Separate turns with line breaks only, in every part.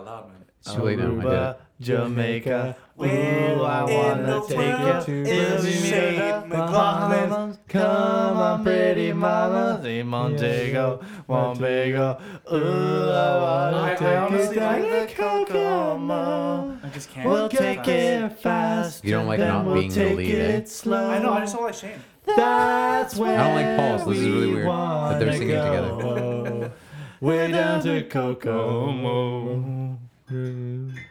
Rodman.
It's too late now. I did it.
Aruba, Jamaica. Ooh, I
in
wanna
the
take you
world
to
is
Bermuda,
Shane McLaughlin?
Bahamas. Come on, pretty mama, the Montego, Montego. Ooh, I wanna
I- I
take you
honestly
down
like
to
the
Kokomo.
I just can't.
We'll
It's
take
fast.
it fast.
You don't like
then
not
we'll
being the
take
lead, eh?
it slow.
I know. I just don't like Shane.
That's where
I don't like Paul's. This is really
we
weird that they're singing
wanna
together.
go. We're down to Kokomo.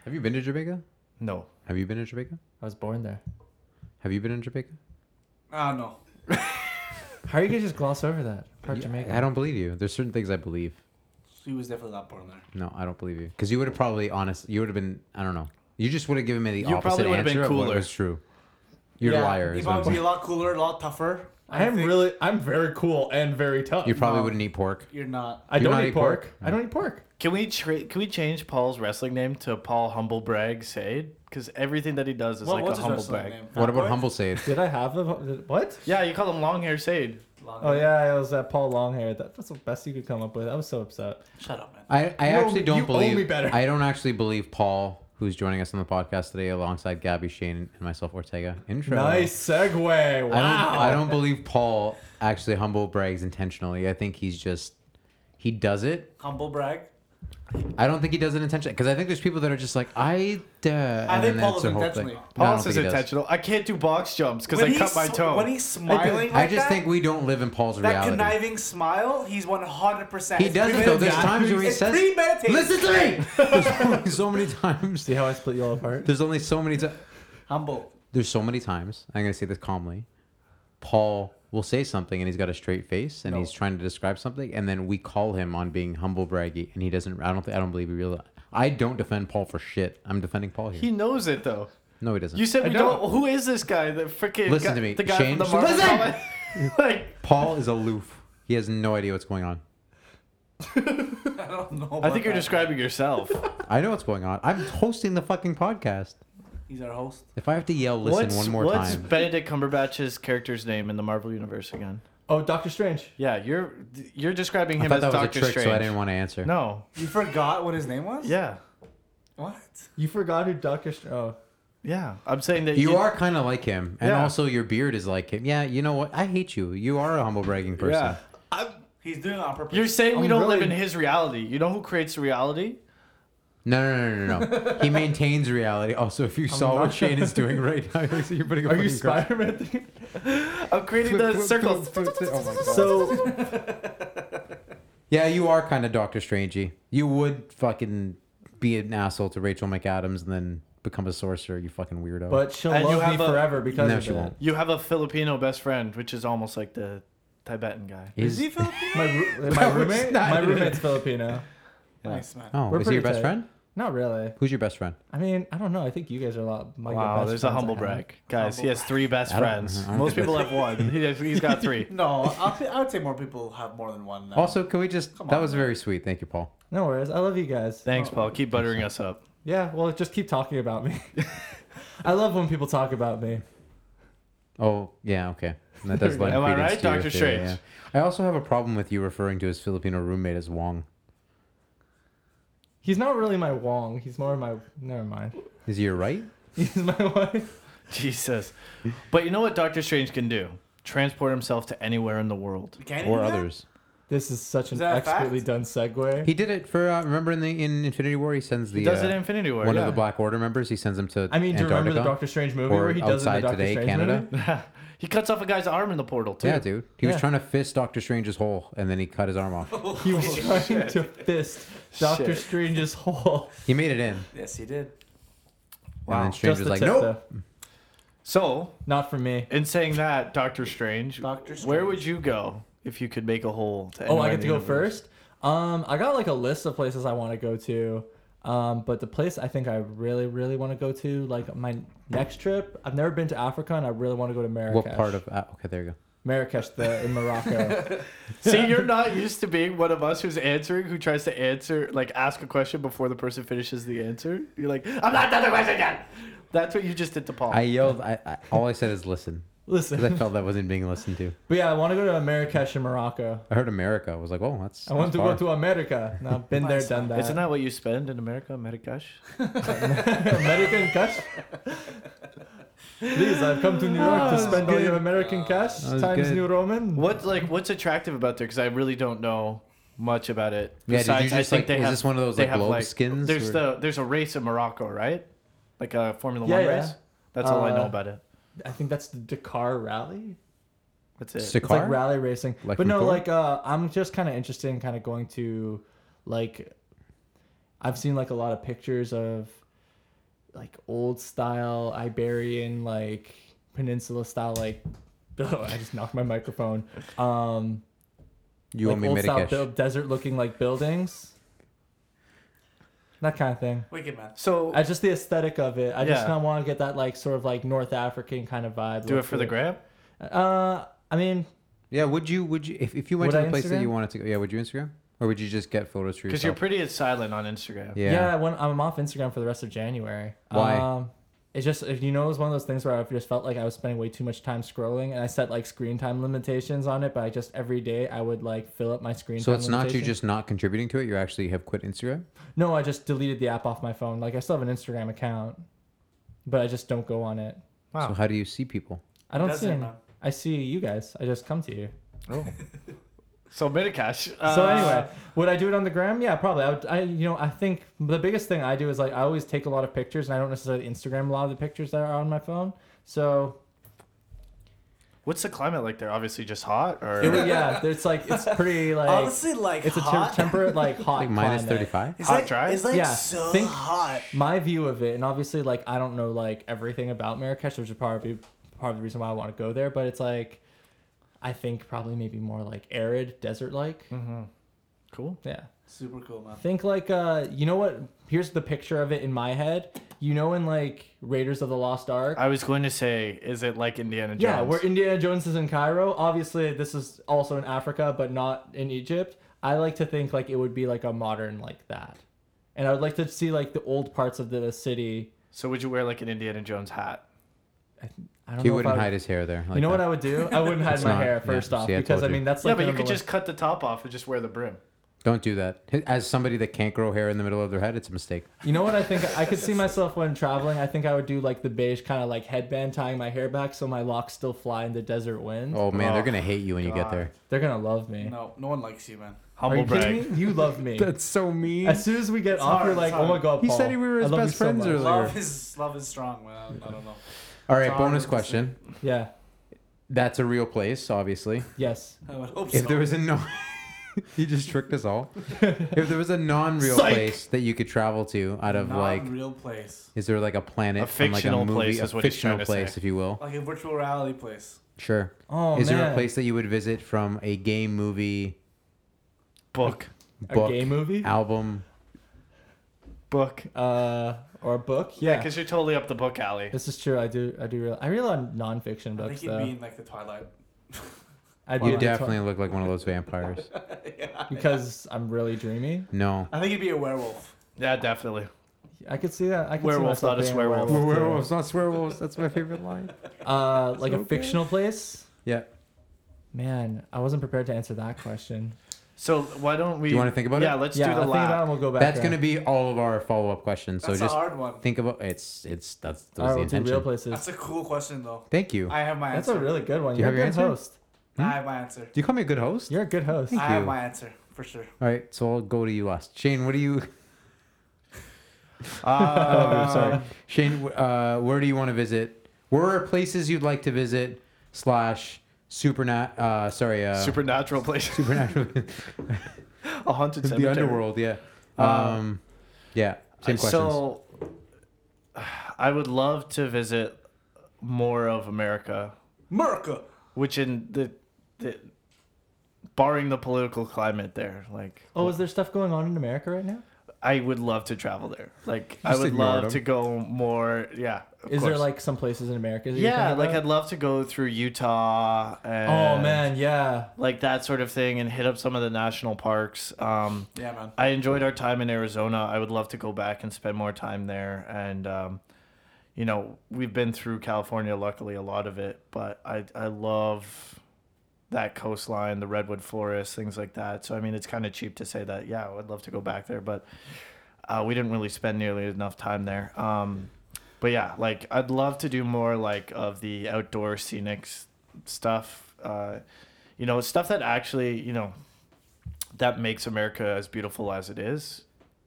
Have you been to Jamaica?
No,
Have you been to Jamaica?
I was born there.
Have you been in Jamaica?
Ah no.
How are you gonna just gloss over that? Part
Yeah,
Jamaica.
I don't believe you. There's certain things I believe.
He was definitely not born there.
No, I don't believe you. Because you would have probably honest. You would have been. I don't know. You just would have given me the
You
opposite
probably would've
answer
been
of what
cooler.
was true. You're
Yeah,
a liar.
He
is what I'm
probably be a
saying.
lot cooler, a lot tougher.
I am
think
really. I'm very cool and very tough.
You probably
No.
wouldn't eat pork.
You're not.
I
do
don't
not
eat,
eat
pork.
pork?
I don't eat pork.
Can we tra- can we change Paul's wrestling name to Paul Humblebrag Said? Because everything that he does is
What-
like
what's
a
his
humble
wrestling
brag.
name?
What about
Fatboy?
humble said?
Did I have a did- what?
Yeah, you call him Long Hair Said.
Long
Oh
hair.
yeah, it was that Paul Longhair. That, that's the best you could come up with. I was so upset.
Shut up, man.
I, I
You owe-
actually don't
you owe
believe.
me better.
I don't actually believe Paul, who's joining us on the podcast today, alongside Gabby Shane and myself, Ortega. Intro.
Nice segue. Wow.
I don't. I don't believe Paul actually humble brags intentionally. I think he's just. He does it.
Humble brag.
I don't think he does it intentionally because I think there's people that are just like I. Uh,
I
and
think
then
Paul
that's
is
their whole thing.
intentionally.
No, I don't
Paul's
think
is
he does.
intentional. I can't do box jumps because
When
I
he
cut my
sm-
toe.
When he's smiling,
I
like
just
that,
think we don't live in Paul's
that
reality.
conniving smile. He's 100. percent
He does it though. There's times where he
It's
says,
premeditated.
"Listen to me." There's only so many times.
See how I split you all apart?
There's only so many times.
Humble.
There's so many times. I'm gonna say this calmly. Paul will say something and he's got a straight face and
No.
he's trying to describe something and then we call him on being humble braggy and he doesn't. I don't think. I don't believe he real. I don't defend Paul for shit. I'm defending Paul here.
he knows it though.
no, he doesn't.
You said
I
we
don't.
don't. Who is this guy? The freaking
Listen
guy-
to me,
The guy
Shane.
from the Marvel
Listen!
comic? like
Paul is aloof. He has no idea what's going on.
I don't know.
I
about
think you're
that.
describing yourself.
I know what's going on. I'm hosting the fucking podcast.
He's our host.
If I have to yell, listen
what's
one more
what's
time.
Benedict Cumberbatch's character's name in the Marvel universe again?
Oh, Doctor Strange.
Yeah, you're you're describing
I
him
thought
as
that was
Doctor
a trick,
Strange.
so I didn't want to answer.
No.
You forgot what his name was?
Yeah.
What?
You forgot who Doctor Strange. Oh,
Yeah. I'm saying that
You are kind of like him, and
Yeah.
also your beard is like him. Yeah, you know what? I hate you. You are a humble bragging person.
Yeah.
He's doing it on purpose.
You're saying we
I'm
don't live
really-
in his reality. You know who creates the reality?
No, no, no, no, no. he maintains reality. Also, if you saw what
not-
Shane is doing right now, you're you're putting a
are you
fucking cross-
Spider Man?
I'm creating the circles.
Oh my God.
so
Yeah, you are kind of Doctor Strangey. You would fucking be an asshole to Rachel McAdams and then become a sorcerer. You fucking weirdo.
but she'll
And you
love me
have a-
forever because
No,
of
she
that.
won't.
You have a Filipino best friend, which is almost like the Tibetan guy.
Is he
Is-
Filipino?
My, roo- my
That was
roommate,
not
my
it.
roommate's Filipino.
nice man.
oh,
We're
is he your
pretty
best
tight.
friend?
Not really.
Who's your best friend?
I mean, I don't know. I think you guys are a lot. My
Wow, there's a humble brag. Guys, he has three best
I don't-
friends.
I don't
Most
think
people have one. He has, he's got three.
No, I'll say, I would say more people have more than one. Now.
Also, can we just?
Come
that
on,
was
man.
very sweet. Thank you, Paul.
No worries. I love you guys.
Thanks, Paul. Keep buttering us up.
Yeah. Well, just keep talking about me. I love when people talk about me.
Oh, yeah, okay. That does lend
Am I
credence
right,
to your
Dr.
theory,
Strange?
yeah. I also have a problem with you referring to his Filipino roommate as Wong.
He's not really my Wong. He's more my. Never mind.
Is he your right?
He's my wife.
Jesus. But you know what Doctor Strange can do? Transport himself to anywhere in the world.
Can you
Or
do that?
others?
This is such an
that a
expertly
fact?
done segue.
He did it for uh, remember in the in Infinity War. He sends the
He does
uh,
it in Infinity War.
one
yeah.
of the Black Order members. He sends him to
I mean, do you
Antarctica.
remember the Doctor Strange movie
Or
where he does it in the
outside
Doctor
today,
Strange
Canada?
movie?
He cuts off a guy's arm in the portal too.
yeah, dude. He
Yeah.
was trying to fist Doctor Strange's hole, and then he cut his arm off.
He was trying to fist Doctor
Shit.
Strange's hole.
He made it in.
Yes, he did.
And
Wow.
then Strange
Just
was
the
like,
tip,
nope.
though.
So,
Not for me.
in saying that, Doctor Strange,
Doctor
where
Strange.
would you go if you could make a hole? To
Oh, I
anywhere
get
in
to
the
go
universe?
first. Um, I got like a list of places I want to go to. Um, but the place I think I really, really want to go to, like my next trip, I've never been to Africa, and I really want to go to Marrakesh.
What part of? Uh, okay, there you go.
Marrakesh? The in Morocco.
See, you're not used to being one of us who's answering, who tries to answer, like ask a question before the person finishes the answer.
Oh.
You're like, I'm not done the question yet. That's what you just did to Paul.
I yelled. I, I all I said is listen.
Listen,
because I felt that wasn't being listened to.
but yeah, I want to go to Marrakesh in Morocco.
I heard America. I was like, oh, that's.
I want
that's
to
far.
go to America. No, I've been there,
uh,
done that.
Isn't that what you spend in America, Marrakesh?
American cash? Please, I've come to New York to
That was
spend all
good.
your American cash
That was
times
good.
New Roman.
What like what's attractive about there? Because I really don't know much about it.
Yeah, did you
Besides,
just, like- was this one of those,
they
like,
have,
globe skins,
There's
or-
the there's a race in Morocco, right? Like a Formula
Yeah,
One
yeah.
race. That's all I know
Uh,
about it.
I think that's the Dakar Rally.
That's it.
Sick
It's
car?
like rally racing.
Like
but
from
no,
Thor?
like uh, I'm just kind of interested in kind of going to, like, I've seen like a lot of pictures of, like old style Iberian like peninsula style like. Oh, I just knocked my microphone. Um,
you
like
want me
old style
Marrakesh?
build, desert looking like buildings. That kind of thing.
Wicked man.
So
I just the aesthetic of it. I just
Yeah.
kind of want to get that like sort of like North African kind of vibe.
do
look
it for the gram.
to Uh, I mean,
Yeah. Would you? Would you? If, if you went
Would
to
I
the place that
Instagram?
you wanted to go, yeah. Would you Instagram? Or would you just get photos for
Because you're
yourself?
pretty silent on Instagram.
yeah.
Yeah, I went, I'm off Instagram for the rest of January.
Why?
Um, it's just if you know, it was one of those things where I just felt like I was spending way too much time scrolling, and I set like screen time limitations on it. But I just every day I would like fill up my screen.
So
time
it's not you
limitation.
just not contributing to it. You actually have quit Instagram.
no. I just deleted the app off my phone. Like I still have an Instagram account, but I just don't go on it.
Wow.
So how do you see people?
I don't
That's
see.
it,
Any,
man.
I see you guys. I just come to you.
So Marrakesh.
So
uh,
anyway, would I do it on the gram? Yeah, probably. I, would, I, you know, I think the biggest thing I do is like I always take a lot of pictures, and I don't necessarily Instagram a lot of the pictures that are on my phone. So
what's the climate like there? Obviously, just hot or
it would- yeah, it's like it's pretty like
Honestly, like
it's a
hot.
tem- temperate like hot
Like minus
climate.
thirty five.
it's
Hot
like,
dry?
It's like
Yeah,
so
think-
hot.
My view of it, and obviously like I don't know like everything about Marrakesh, which is probably part of the reason why I want to go there. But it's like I think probably maybe more like arid, desert like.
Mm-hmm.
cool.
Yeah.
Super cool, man.
Think like uh you know what here's the picture of it in my head. You know in like Raiders of the Lost Ark.
I was going to say, is it like Indiana Jones?
Yeah, where Indiana Jones is in Cairo. Obviously this is also in Africa but not in Egypt. I like to think like it would be like a modern like that. And I would like to see like the old parts of the city.
so would you wear like an Indiana Jones hat?
I don't
He
know
wouldn't
if I would-
hide his hair there. Like
you know what
that.
I would do? I wouldn't hide
It's
my
not-
hair
yeah,
first off
see, I
because I
told you.
mean that's
yeah,
like
but you
number
could
one-
just cut the top off and just wear the brim.
Don't do that. As somebody that can't grow hair in the middle of their head, it's a mistake.
You know what I think? I could see myself when traveling. I think I would do like the beige kind of like headband, tying my hair back so my locks still fly in the desert wind.
Oh man, they're
Oh,
gonna hate you when you get
God.
there.
They're gonna love me.
No, no one likes you, man.
Are
Humble
you
brag.
kidding me? You love me.
so mean.
as soon as we get
It's
off,
hard,
you're
it's
like, oh
hard.
my god,
He
Paul,
said we were
I
his
love you
best
so
friends
much."
earlier.
Love is love is strong, man. I don't know.
All
Sorry,
right, bonus
I'm
question.
Yeah.
That's a real place, obviously.
Yes.
I would hope
If
so.
there was a non, he just tricked us all. If there was a non-real
Psych.
place that you could travel to, out of
Not
like,
real place,
is there like a planet,
A
from, like,
fictional
movie,
place
a
is what he's
fictional
trying to
place,
say.
if you will?
like a virtual reality place.
Sure.
Oh
is
man.
there a place that you would visit from a game, movie,
Book.
A
book,
gay movie?
album?
Book.
Uh, or a book?
Yeah,
Yeah.
because you're totally up the book alley.
this is true. I do. I do. Real, I read a lot of nonfiction
I
books
think you'd be
though.
in like the Twilight.
I do
You
like to-
definitely look like one of those vampires.
because I'm really dreamy.
No.
I think you'd be a werewolf.
Yeah, definitely.
I could see that. I could
Werewolf,
see myself
not a
being
swearwolf.
too.
not swearwolves. That's my favorite line.
Uh, like a
So
fictional place.
Yeah.
Man, I wasn't prepared to answer that question.
So why don't we?
you wanna think about it?
Yeah, let's
yeah,
do the
I'll think about it.
lab.
and We'll go back.
That's
around.
gonna be all of our follow-up questions. So
That's
just
a hard one.
think about it's it's that's that
All
was
right,
the
we'll do real
intention.
places.
That's a cool question, though.
Thank you.
I have my
That's
answer.
a really good one.
Do you
You're a
have
good
your answer?
host.
I have my answer.
Do you call me a good host?
You're a good host.
Hmm? Thank
I have
you.
my answer for sure.
All right, so I'll go to you last. Shane, what do you?
Oh,
Uh,
I'm sorry, Shane. wh- Uh, where do you want to visit? Where are places you'd like to visit? Slash supernat. Uh, sorry, uh,
supernatural place.
supernatural.
a haunted
the
cemetery.
underworld. Yeah.
Uh,
Um, yeah. Same questions.
So, I would love to visit more of America,
America.
which in the, the barring the political climate there, like
Oh, is there stuff going on in America right now?
I would love to travel there. Like I
Just
would
ignore
love
them.
to go more. Yeah. of
Is there
course.
like some places in America? That you're
Yeah,
thinking
like
about?
I'd love to go through Utah. And
Oh man, yeah.
Like that sort of thing, and hit up some of the national parks. Um,
Yeah, man.
I enjoyed our time in Arizona. I would love to go back and spend more time there. And um, you know, we've been through California, luckily, a lot of it, but I, I love that coastline, the redwood forest, things like that. So, I mean, it's kind of cheap to say that, yeah, I would love to go back there, but uh, we didn't really spend nearly enough time there. Um, but yeah, like, I'd love to do more like of the outdoor scenic s- stuff, uh, you know, stuff that actually, you know, that makes America as beautiful as it is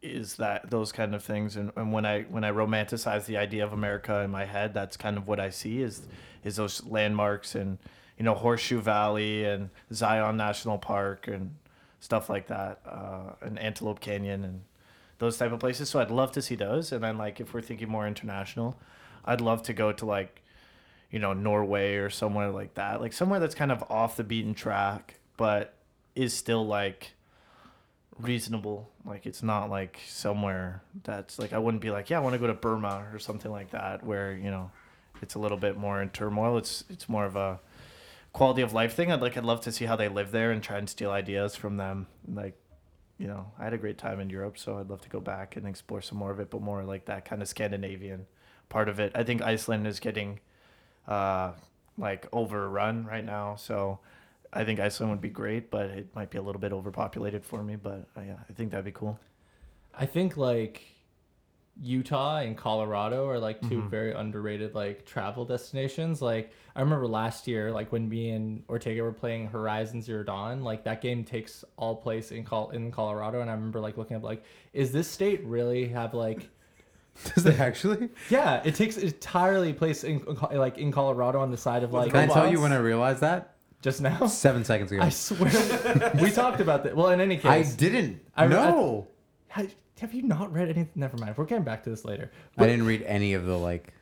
is that those kind of things and, and when I when I romanticize the idea of America in my head that's kind of what I see is is those landmarks and you know Horseshoe Valley and Zion National Park and stuff like that uh, and Antelope Canyon and those type of places so I'd love to see those and then like if we're thinking more international I'd love to go to like you know Norway or somewhere like that like somewhere that's kind of off the beaten track but is still like reasonable. Like it's not like somewhere that's like I wouldn't be like, yeah, I want to go to Burma or something like that, where you know, it's a little bit more in turmoil. It's it's more of a quality of life thing. I'd like I'd love to see how they live there and try and steal ideas from them. Like, you know, I had a great time in Europe, so I'd love to go back and explore some more of it, but more like that kind of Scandinavian part of it. I think Iceland is getting uh like overrun right now, so I think Iceland would be great, but it might be a little bit overpopulated for me. But uh, yeah, I think that'd be cool.
I think like Utah and Colorado are like 2
Mm-hmm.
very underrated like travel destinations. Like I remember last year, like when me and Ortega were playing Horizon Zero Dawn, like that game takes all place in Col- in Colorado, and I remember like looking up like, is this state really have like
Does it actually?
yeah, it takes entirely place in like in Colorado on the side of like
Can I tell you when I realized that?
just now.
Seven seconds ago. I,
I swear we talked about that. Well, in any case,
didn't.
I-
no.
ha- have you not read anything? Never mind. We're getting back to this later.
I, didn't read any of the like.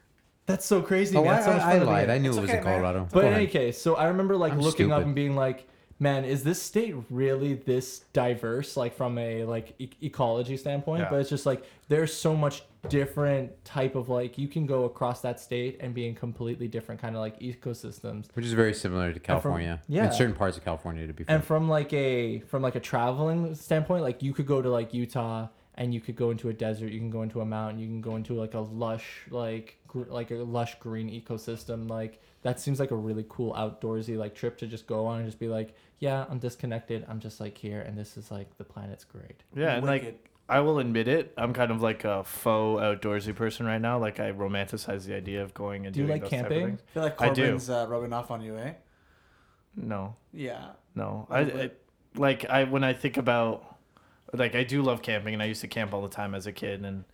That's so crazy.
Oh,
man.
I,
That's so much
I, I
fun to be
lied.
in.
I knew
It's
it was in
okay, man.
Colorado.
But
Go
in any
ahead.
case, so I remember like
I'm
looking up
stupid.
and being like, "Man, is this state really this diverse? Like from a like e- ecology standpoint?"
Yeah.
But it's just like there's so much different type of like you can go across that state and be in completely different kind of like ecosystems.
Which is very similar to California.
yeah.
In certain parts of California, to be fair.
And from like a from like a traveling standpoint, like you could go to like Utah and you could go into a desert, you can go into a mountain, you can go into like a lush like gr- like a lush green ecosystem. Like that seems like a really cool outdoorsy like trip to just go on and just be like, yeah, I'm disconnected. I'm just like here, and this is like the planet's great.
Yeah, and like
Wicked.
I will admit it, I'm kind of like a faux outdoorsy person right now. Like I romanticize the idea of going and
Do you
doing
like
those type of
camping?
things.
I feel like
I do.
Corbin's uh, rubbing off on you, eh?
No,
Yeah.
no. I, I like I when I think about like I do love camping, and I used to camp all the time as a kid, and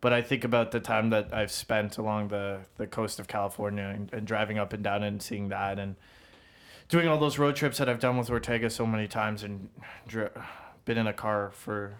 but I think about the time that I've spent along the the coast of California and, and driving up and down and seeing that and doing all those road trips that I've done with Ortega so many times and dri- been in a car for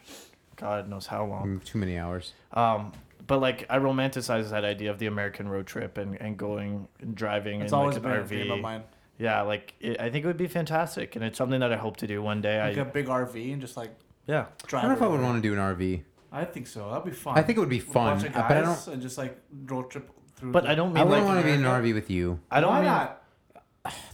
God knows how long.
Mm, Too many hours.
Um, but like I romanticize that idea of the American road trip and, and going and driving
It's
in
always
like
been
an
a
RV.
dream of mine.
Yeah, like it, I think it would be fantastic, and it's something that I hope to do one day.
Like
I
a big RV and just like
yeah,
I
drive.
don't know if I would
everywhere.
want to do an RV.
I think so. That'd be fun.
I think it would be
With a bunch
fun,
of
uh, but I
guys and just like road trip through.
but
the-
I don't mean
I
like
wouldn't want to be in an
America.
RV with you.
I don't
Why
mean
not?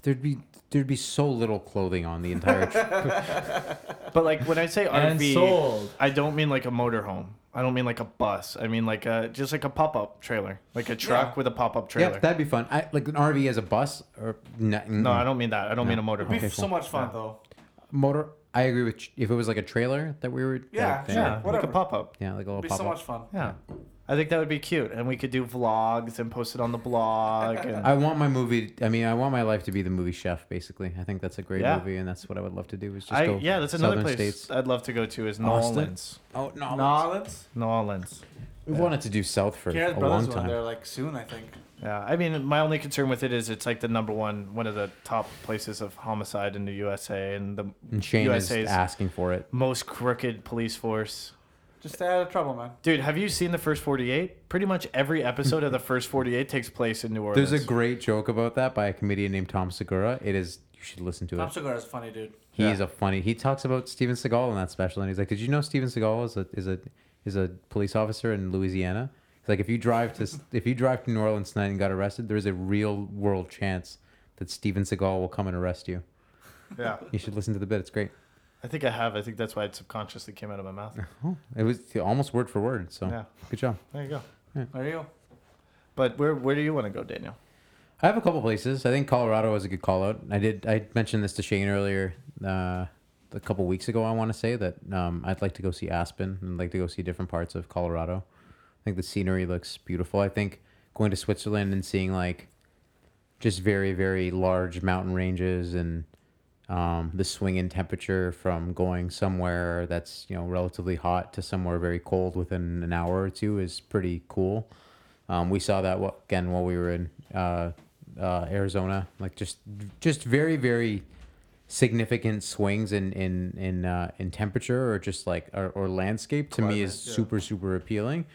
There'd be there'd be so little clothing on the entire trip.
But like when I say
And
RV,
sold.
I don't mean like a motorhome. I don't mean like a bus. I mean like a just like a pop up trailer, like a truck
Yeah.
with a pop up trailer.
yep, that'd be fun. I like an RV as a bus or
no, I don't mean that. I don't mean a
It'd be
motorhome.
so much fun though.
motor. I agree with if it was like a trailer that we were.
Yeah, sure.
that thing.
Yeah, like a
Whatever.
pop up.
yeah, like a little
It'd be
pop
so much fun.
Yeah. I think that would be cute, and we could do vlogs and post it on the blog. And
I want my movie. I mean, I want my life to be the movie chef. Basically, I think that's a great
Yeah.
movie, and that's what I would love to do. Is just
I,
go.
yeah, that's another
southern
place
States.
I'd love to go to is New
Austin?
Orleans.
Oh no,
Nolans.
New Orleans.
we wanted to do South for
Garrett
a long
Brothers went
time.
there like soon, I think.
Yeah, I mean, my only concern with it is it's like the number one, one of the top places of homicide in the USA, and the
And Shane
USA's
is asking for it.
most crooked police force.
Just stay out of trouble, man.
Dude, have you seen the first 48? Pretty much every episode of the first 48 takes place in New Orleans.
There's a great joke about that by a comedian named Tom Segura. It is you should listen to
Tom
it.
Segura is a funny dude.
He
Yeah.
is a funny. He talks about Steven Seagal in that special, and he's like, "Did you know Steven Seagal is a is a is a police officer in Louisiana?" He's like, "If you drive to if you drive to New Orleans tonight and got arrested, there is a real world chance that Steven Seagal will come and arrest you."
yeah.
You should listen to the bit; it's great.
I think I have. I think that's why it subconsciously came out of my mouth.
It was almost word for word, so
Yeah.
good job.
There you go.
There you go.
But where where do you want to go, Daniel?
I have a couple places. I think Colorado was a good call out. I did. I mentioned this to Shane earlier, uh, a couple weeks ago. I want to say that um, I'd like to go see Aspen and like to go see different parts of Colorado. I think the scenery looks beautiful. I think going to Switzerland and seeing like just very very large mountain ranges and um, the swing in temperature from going somewhere that's you know relatively hot to somewhere very cold within an hour or two is pretty cool. Um, we saw that wh- again while we were in uh, uh, Arizona, like just just very very significant swings in in in uh, in temperature or just like or, or landscape to me is
Climate, yeah.
super super appealing.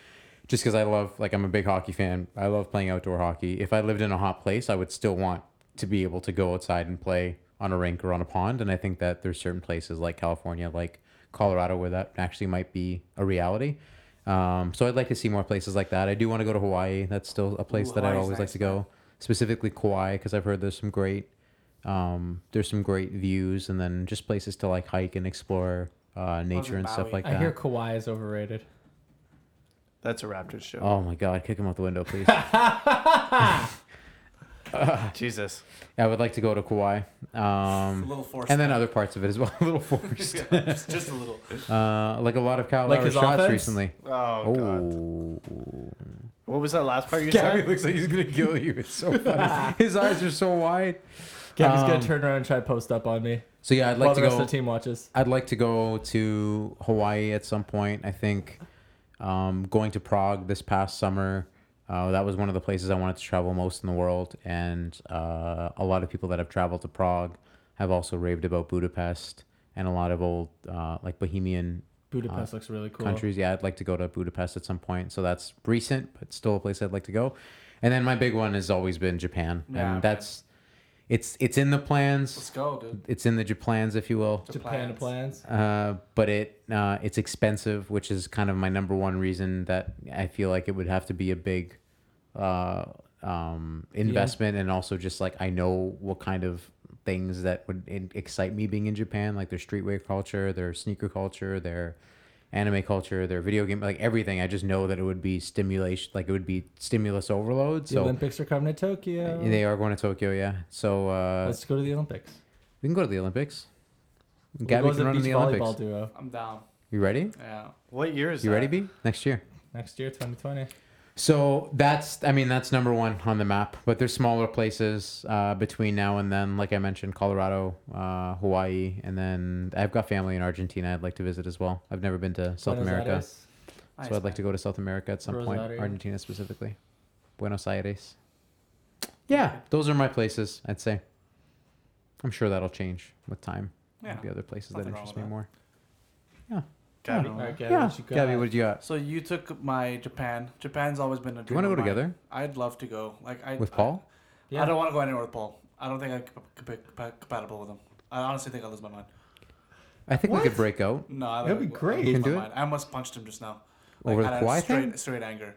Just because I love like I'm a big hockey fan, I love playing outdoor hockey. If I lived in a hot place, I would still want to be able to go outside and play on a rink or on a pond. And I think that there's certain places like California, like Colorado, where that actually might be a reality. Um, so I'd like to see more places like that. I do want to go to Hawaii. That's still a place
Ooh,
that I
Hawaii's
always like
nice,
to go, specifically Kauai, because I've heard there's some great, um, there's some great views, and then just places to like hike and explore uh, nature and stuff
Maui?
like
I
that.
hear Kawhi is overrated.
That's a Raptors show.
Oh my God! Kick him out the window, please. Oh.
Jesus.
I would like to go to Kauai,
A
um,
little forced.
and then other parts of it as well. a little forced,
Yeah, just, just a little.
uh, like a lot of Kyle
Like
Lowry
his
shots
offense?
recently.
Oh, God.
Oh,
What was that last part you
Gabby
said?
looks like he's gonna kill you. It's so funny. His eyes are so wide.
Gavin's
Um,
gonna turn around and try to post up on me
So yeah, I'd like
while
to
the
go.
rest of the team watches.
I'd like to go to Hawaii at some point. I think um, going to Prague this past summer, uh, that was one of the places I wanted to travel most in the world. And uh, a lot of people that have traveled to Prague have also raved about Budapest and a lot of old, uh, like Bohemian
Budapest
Uh,
looks really cool.
countries. Yeah, I'd like to go to Budapest at some point. So that's recent, but still a place I'd like to go. And then my big one has always been Japan.
Yeah, man.
and that's, it's, it's in the
Let's
plans.
go, dude.
It's in the j- plans, if you will.
Japan
Plans.
plans.
Uh, but it uh, it's expensive, which is kind of my number one reason that I feel like it would have to be a big uh, um, investment, and also just like I know what kind of things that would in- excite me being in Japan, like their streetwear culture, their sneaker culture, their anime culture, their video game, like everything. I just know that it would be stimulation, like it would be stimulus overload.
The
So
Olympics are coming to Tokyo.
they are going to Tokyo, yeah. So uh,
Let's go to the Olympics.
we can go to the Olympics.
We'll
Gabby
go as
can
a
run in
beach
the
volleyball
Olympics.
duo
I'm down.
You ready?
Yeah.
What year is
You
that?
ready, B? Next year.
next year, 2020.
So that's, I mean, that's number one on the map. But there's smaller places uh, between now and then. Like I mentioned, Colorado, uh, Hawaii, and then I've got family in Argentina. I'd like to visit as well. I've never been to South
Buenos
America,
Aires.
so I'd like to go to South America at some point.
Rosario.
Argentina specifically, Buenos Aires. Yeah, those are my places. I'd say. I'm sure that'll change with time.
Yeah.
Maybe other places
Nothing
that
wrong
interest me
with that.
more.
Gabby.
Yeah.
All right, Gabby,
yeah,
what you got?
Gabby, what do you got?
So you took my Japan. Japan's always been a.
Do you want to
dream
go
of mine.
together
I'd love to go. Like I
with
I-
Paul?
I don't want to go anywhere with Paul. I don't think I'm comp- comp- comp- compatible with him. I honestly think I'll lose my mind.
I think we could break out.
No, I
That'd
think
be
I'll
great.
lose
You can
my
do it?
mind. I almost punched him just now.
Over the
out of
Kawhi
straight,
thing?
Straight anger.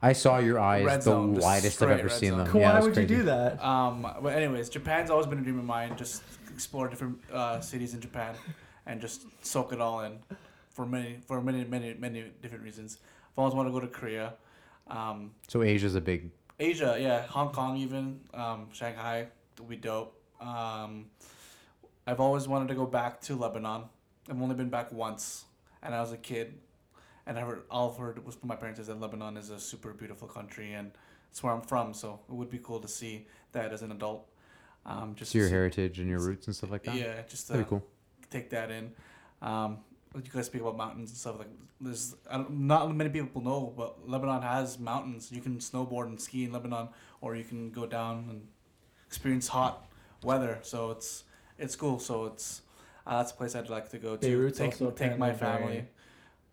I saw your eyes
Red
the
zone, just
widest I've
straight
ever
red
seen
zone.
them.
Cool,
Yeah, it
why
was
would you
crazy.
do that?
Um, but anyways, Japan's always been a dream of mine. Just explore different uh, cities in Japan and just soak it all in for many, for many, many, many different reasons. I've always wanted to go to Korea, um,
So Asia's a big.
Asia, yeah, Hong Kong even, um, Shanghai would be dope. Um, I've always wanted to go back to Lebanon. I've only been back once, and I was a kid, and I heard, all I've heard was from my parents is that Lebanon is a super beautiful country, and it's where I'm from, so it would be cool to see that as an adult. Um, just
So your
to-
heritage and your roots and stuff like that.
yeah, uh, just to
that'd be cool.
take that in. Um, you guys speak about mountains and stuff like there's I don't, not many people know, but Lebanon has mountains. You can snowboard and ski in Lebanon, or you can go down and experience hot weather. So it's it's cool. So it's uh, that's a place I'd like to go to.
Beirut's
take
also
take my
apparently
family.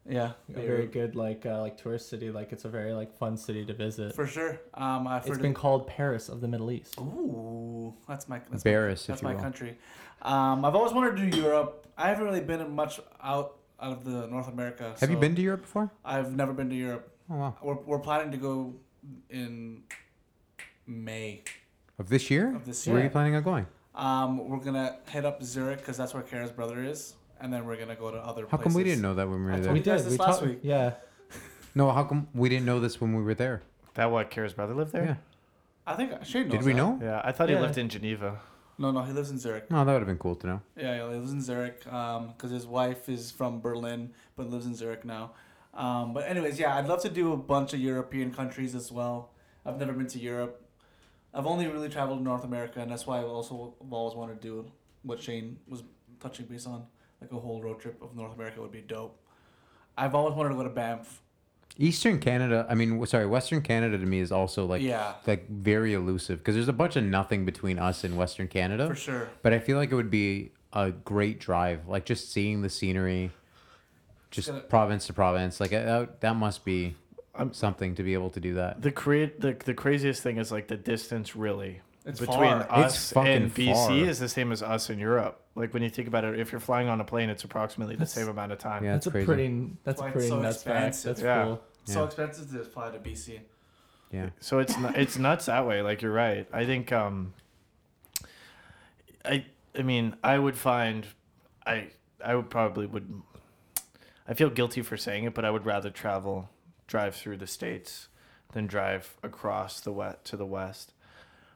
Yeah,
A very
Beirut.
good, like, uh, like tourist city. Like, it's a very like fun city to visit.
for sure. Um, I've
It's
heard
been called Paris of the Middle East.
Ooh, that's my that's
Embarrass,
my,
if
that's
you
my
will.
country. Um, I've always wanted to do Europe. I haven't really been much out out of the North America.
Have you
so
been to Europe before?
I've never been to Europe.
Oh wow.
We're, we're planning to go in May
Of this year?
of this
Where are you
year.
planning on going?
Um, we're gonna head up Zurich because that's where Kara's brother is, and then we're gonna go to other.
How
places.
come we didn't know that when we
I
were
told
there?
you guys this last
talked-
week.
Yeah,
No, how come we didn't know this when we were there?
That what Kira's brother lived there?
Yeah.
I think Shane knows.
Did we
that.
know?
Yeah, I thought he
Yeah.
lived in Geneva.
No, no, he lives in Zurich.
No, that would have been cool to know.
Yeah, he lives in Zurich because his wife is from Berlin but lives in Zurich now. Um, but anyways, yeah, I'd love to do a bunch of European countries as well. I've never been to Europe. I've only really traveled to North America, and that's why I also have always wanted to do what Shane was touching base on, like a whole road trip of North America would be dope. I've always wanted to go to Banff.
Eastern Canada, I mean, w- sorry, Western Canada to me is also like
yeah,
like very elusive because there's a bunch of nothing between us and Western Canada.
for sure.
But I feel like it would be a great drive, like just seeing the scenery, just
Gonna-
province to province. Like uh, that, that must be
I'm-
something to be able to do that.
The create the, the craziest thing is like the distance really
It's
between
far.
It's
us
fucking
and BC
far.
is the same as us in Europe. Like when you think about it, if you're flying on a plane, it's approximately the same amount of time.
Yeah,
That's,
that's
a
crazy.
pretty. That's
Why
a
it's
pretty
so
nuts fact.
expensive.
That's
Yeah.
cool.
So
Yeah.
expensive to fly to BC.
yeah.
So it's nu- it's nuts that way. Like you're right. I think um, I I mean I would find I I would probably would I feel guilty for saying it, but I would rather travel drive through the states than drive across the wet to the west.